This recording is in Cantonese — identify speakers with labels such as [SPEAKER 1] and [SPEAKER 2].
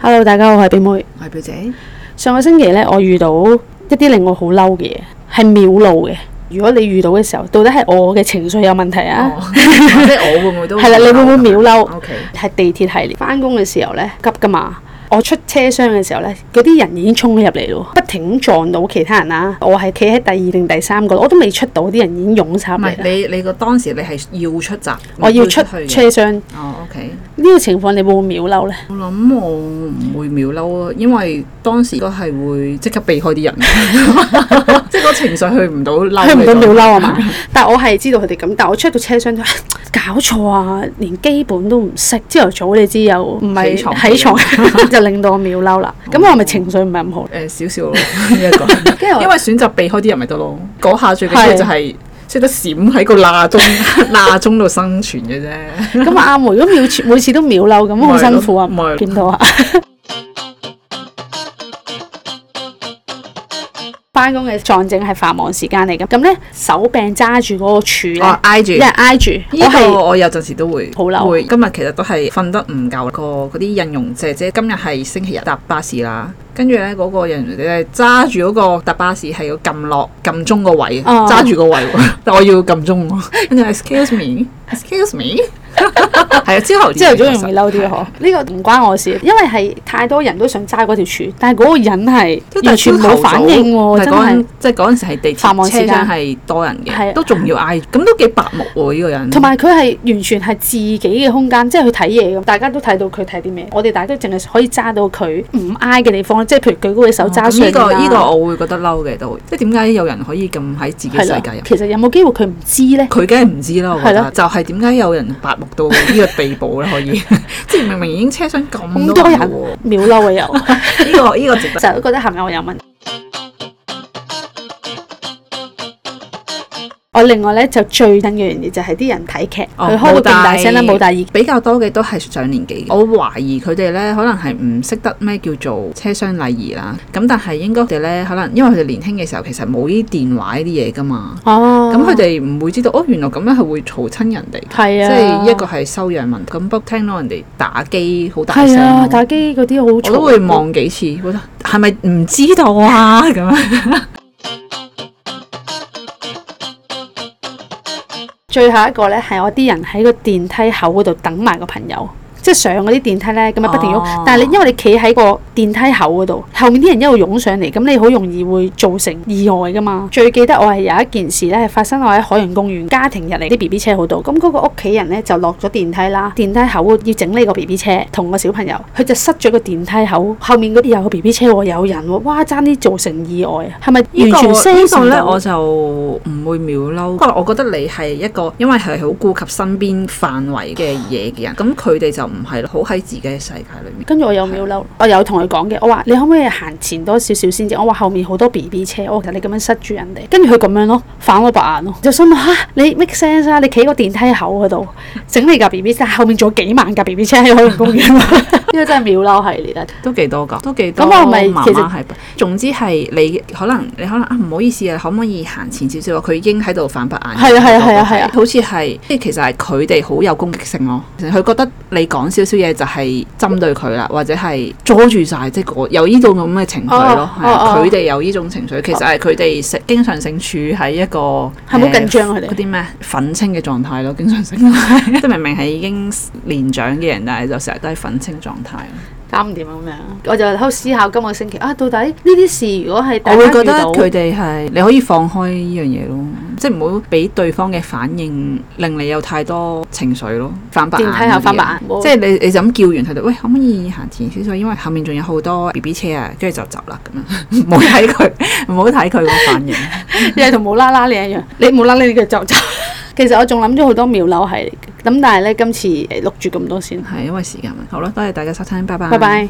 [SPEAKER 1] Hello，大家好，我係表妹。
[SPEAKER 2] 我係表姐，
[SPEAKER 1] 上個星期呢，我遇到一啲令我好嬲嘅嘢，係秒怒嘅。如果你遇到嘅時候，到底係我嘅情緒有問題啊？
[SPEAKER 2] 哦或者我會唔會哦都
[SPEAKER 1] 係啦，你會唔會秒嬲？
[SPEAKER 2] ？O K，
[SPEAKER 1] 喺地鐵系列翻工嘅時候呢，急噶嘛。我出車廂嘅時候呢，嗰啲人已經衝咗入嚟咯，不停撞到其他人啦。我係企喺第二定第三個，我都未出到，啲人已經湧晒
[SPEAKER 2] 唔
[SPEAKER 1] 入嚟
[SPEAKER 2] 係
[SPEAKER 1] 啦。
[SPEAKER 2] 你你個當時你係要出閘，
[SPEAKER 1] 我要出
[SPEAKER 2] 去嘅
[SPEAKER 1] 車廂，呢、
[SPEAKER 2] 哦，O K，
[SPEAKER 1] 個情況你會唔會秒嬲呢？
[SPEAKER 2] 我諗我唔會秒嬲咯，因為當時都係會即刻避開啲人， 即係個情緒去唔到嬲嘅狀態，
[SPEAKER 1] 去唔到秒嬲啊嘛！但我係知道佢哋咁，但我出到車廂都搞錯啊，連基本都唔識。朝頭早你知又唔係
[SPEAKER 2] 起床
[SPEAKER 1] 起床， 就令到我秒嬲啦。咁我係咪情緒唔係咁好？
[SPEAKER 2] 誒少少咯呢 一個，
[SPEAKER 1] 跟住我
[SPEAKER 2] 因為選擇避開啲人咪得咯，嗰下最緊要就係識得閃喺個罅中 罅中度生存嘅啫。
[SPEAKER 1] 咁啊啱喎！如果每次每次都秒嬲，咁好辛苦啊
[SPEAKER 2] 咪係咯，
[SPEAKER 1] 見到啊！ 翻工嘅撞正係繁忙時間嚟嘅，咁咧手柄揸住嗰個柱
[SPEAKER 2] 哦
[SPEAKER 1] 咧，，
[SPEAKER 2] 挨住
[SPEAKER 1] 一人挨住，我
[SPEAKER 2] 呢個
[SPEAKER 1] 係
[SPEAKER 2] 我有陣時都會
[SPEAKER 1] 好嬲啊
[SPEAKER 2] 會今日其實都係瞓得唔夠，個嗰啲印傭姐姐今日係星期日搭巴士啦，跟住咧嗰個印傭姐姐揸住嗰個搭巴士係要撳落撳鐘個位，啊
[SPEAKER 1] 哦
[SPEAKER 2] 揸住個位 喎，但我要撳鐘喎，跟住 excuse me，excuse me，係啊，朝頭
[SPEAKER 1] 朝頭早容易嬲啲嗬。啊呢個唔關我事，因為係太多人都想揸嗰條柱，但係嗰個人係完全冇反應喎，
[SPEAKER 2] 但係
[SPEAKER 1] 真
[SPEAKER 2] 嗰
[SPEAKER 1] 係
[SPEAKER 2] 陣。即係嗰陣時係地
[SPEAKER 1] 繁忙
[SPEAKER 2] 鐵
[SPEAKER 1] 時
[SPEAKER 2] 車
[SPEAKER 1] 間
[SPEAKER 2] 廂係多人
[SPEAKER 1] 係啊
[SPEAKER 2] 嘅，都仲要嗌，咁都幾白目喎呢個人。
[SPEAKER 1] 同埋佢係完全係自己嘅空間，即係去睇嘢咁，大家都睇到佢睇啲咩。我哋大家都淨係可以揸到佢唔挨嘅地方，即係譬如舉高隻手揸
[SPEAKER 2] 哦咁
[SPEAKER 1] 上
[SPEAKER 2] 呢個
[SPEAKER 1] 面啊
[SPEAKER 2] 呢個我會覺得嬲嘅都，即係點解有人可以咁喺自己世界啊
[SPEAKER 1] 係
[SPEAKER 2] 入
[SPEAKER 1] 啦。？其實有冇機會佢唔知呢？
[SPEAKER 2] 佢梗係唔知啦，我覺
[SPEAKER 1] 係咯
[SPEAKER 2] 得就係點解有人白目到呢個地步咧？可以即係明明已經車廂咁
[SPEAKER 1] 咁
[SPEAKER 2] 多
[SPEAKER 1] 多
[SPEAKER 2] 人
[SPEAKER 1] 人
[SPEAKER 2] 喎，
[SPEAKER 1] 秒嬲嘅啊又，
[SPEAKER 2] 呢個呢個值 得。
[SPEAKER 1] 就覺得係咪我有問題？我另外咧就最憎嘅樣嘢就係啲人睇劇，佢、
[SPEAKER 2] 哦
[SPEAKER 1] 開到
[SPEAKER 2] 冇
[SPEAKER 1] 勁大
[SPEAKER 2] 戴
[SPEAKER 1] 聲啦，冇戴耳機。
[SPEAKER 2] 比較多嘅都係上年紀，我懷疑佢哋咧可能係唔識得咩叫做車廂禮儀啦。咁但係應該佢哋咧可能因為佢哋年輕嘅時候其實冇呢啲電話呢啲嘢噶嘛，
[SPEAKER 1] 哦，
[SPEAKER 2] 咁佢哋唔會知道哦，原來咁樣係會嘈親人哋。
[SPEAKER 1] 係啊，
[SPEAKER 2] 即係一個係修養問題，咁不過聽到人哋打機好大聲
[SPEAKER 1] 係啊，
[SPEAKER 2] 咯，
[SPEAKER 1] 打機嗰啲好
[SPEAKER 2] 我
[SPEAKER 1] 嘈
[SPEAKER 2] 都會望幾次，覺得係咪唔知道啊咁樣。
[SPEAKER 1] 最後一個咧係我啲人喺個電梯口嗰度等埋個朋友，即係上嗰啲電梯咧，咁啊不停喐。
[SPEAKER 2] 哦
[SPEAKER 1] 但係你因為你企喺個電梯口嗰度，後面啲人一路湧上嚟，咁你好容易會造成意外噶嘛。最記得我係有一件事咧，係發生我喺海洋公園家庭日嚟啲 B B 車好度，咁嗰個屋企人咧就落咗電梯啦，電梯口要整呢個 B B 車同個小朋友，佢就塞咗個電梯口，後面嗰啲有個 B B 車喎，有人喎，哇爭啲造成意外，啊係咪
[SPEAKER 2] 呢個
[SPEAKER 1] 完全 sense
[SPEAKER 2] 呢個
[SPEAKER 1] 唔
[SPEAKER 2] 咧，
[SPEAKER 1] 到
[SPEAKER 2] 我就唔會秒嬲。不過我覺得你係一個，因為係好顧及身邊範圍嘅嘢嘅人，咁佢哋就唔係好喺自己嘅世界裏面。
[SPEAKER 1] 跟住我有秒嬲，我有同佢講嘅，我話你可唔可以行前多少少先至？我話後面好多 B B 車，我話你咁樣塞住人哋，跟住佢咁樣咯，反我白眼咯，就心諗吓你 make sense 啊！你企個電梯口嗰度整你架 B B 車，後面仲有幾萬架 B B 車喺海洋公園， 呢個真係秒嬲系列啊！
[SPEAKER 2] 都幾多㗎，都幾多。
[SPEAKER 1] 咁我咪
[SPEAKER 2] 媽
[SPEAKER 1] 其
[SPEAKER 2] 媽
[SPEAKER 1] 實
[SPEAKER 2] 係，總之係你可能你可能啊唔好意思啊，可唔可以行前少少啊？佢已經喺度反白眼。
[SPEAKER 1] 係啊係啊係啊係啊
[SPEAKER 2] 好似係即係其實係佢哋好有攻擊性咯。其實佢覺得你講少少嘢就係針對佢啦，或者係阻住晒，即係嗰有呢種咁嘅情緒咯
[SPEAKER 1] 哦。
[SPEAKER 2] 係啊
[SPEAKER 1] 哦哦
[SPEAKER 2] 佢哋有呢種情緒，其實係佢哋成經常性處喺一個
[SPEAKER 1] 係咪好
[SPEAKER 2] 呃
[SPEAKER 1] 緊張啊佢哋
[SPEAKER 2] 嗰啲咩憤青嘅狀態咯，經常性 即係明明係已經年長嘅人，但係就成日都係憤青狀態咯。
[SPEAKER 1] 搞唔掂啊咁樣，我就喺度思考今個星期啊，到底呢啲事如果係
[SPEAKER 2] 我
[SPEAKER 1] 大家
[SPEAKER 2] 會覺
[SPEAKER 1] 遇
[SPEAKER 2] 得
[SPEAKER 1] 到，
[SPEAKER 2] 佢哋係你可以放開呢樣嘢咯，即係唔好俾對方嘅反應令你有太多情緒咯，反白眼
[SPEAKER 1] 電梯口
[SPEAKER 2] 嗰啲
[SPEAKER 1] 反白
[SPEAKER 2] 嘢
[SPEAKER 1] 眼冇
[SPEAKER 2] 即係你你就咁叫完佢哋，喂可唔可以行前少少？因為後面仲有 好多 B B 車啊，跟住就走啦咁樣，唔好 睇佢，唔好睇佢個反應。
[SPEAKER 1] 你係同冇啦啦你一樣， 你冇啦啦你嘅就走。 其實我仲諗咗好多秒嬲系列，咁但係咧今次誒錄住咁多先，
[SPEAKER 2] 係因為時間問題好啦，多謝大家收聽，拜拜，
[SPEAKER 1] 拜拜。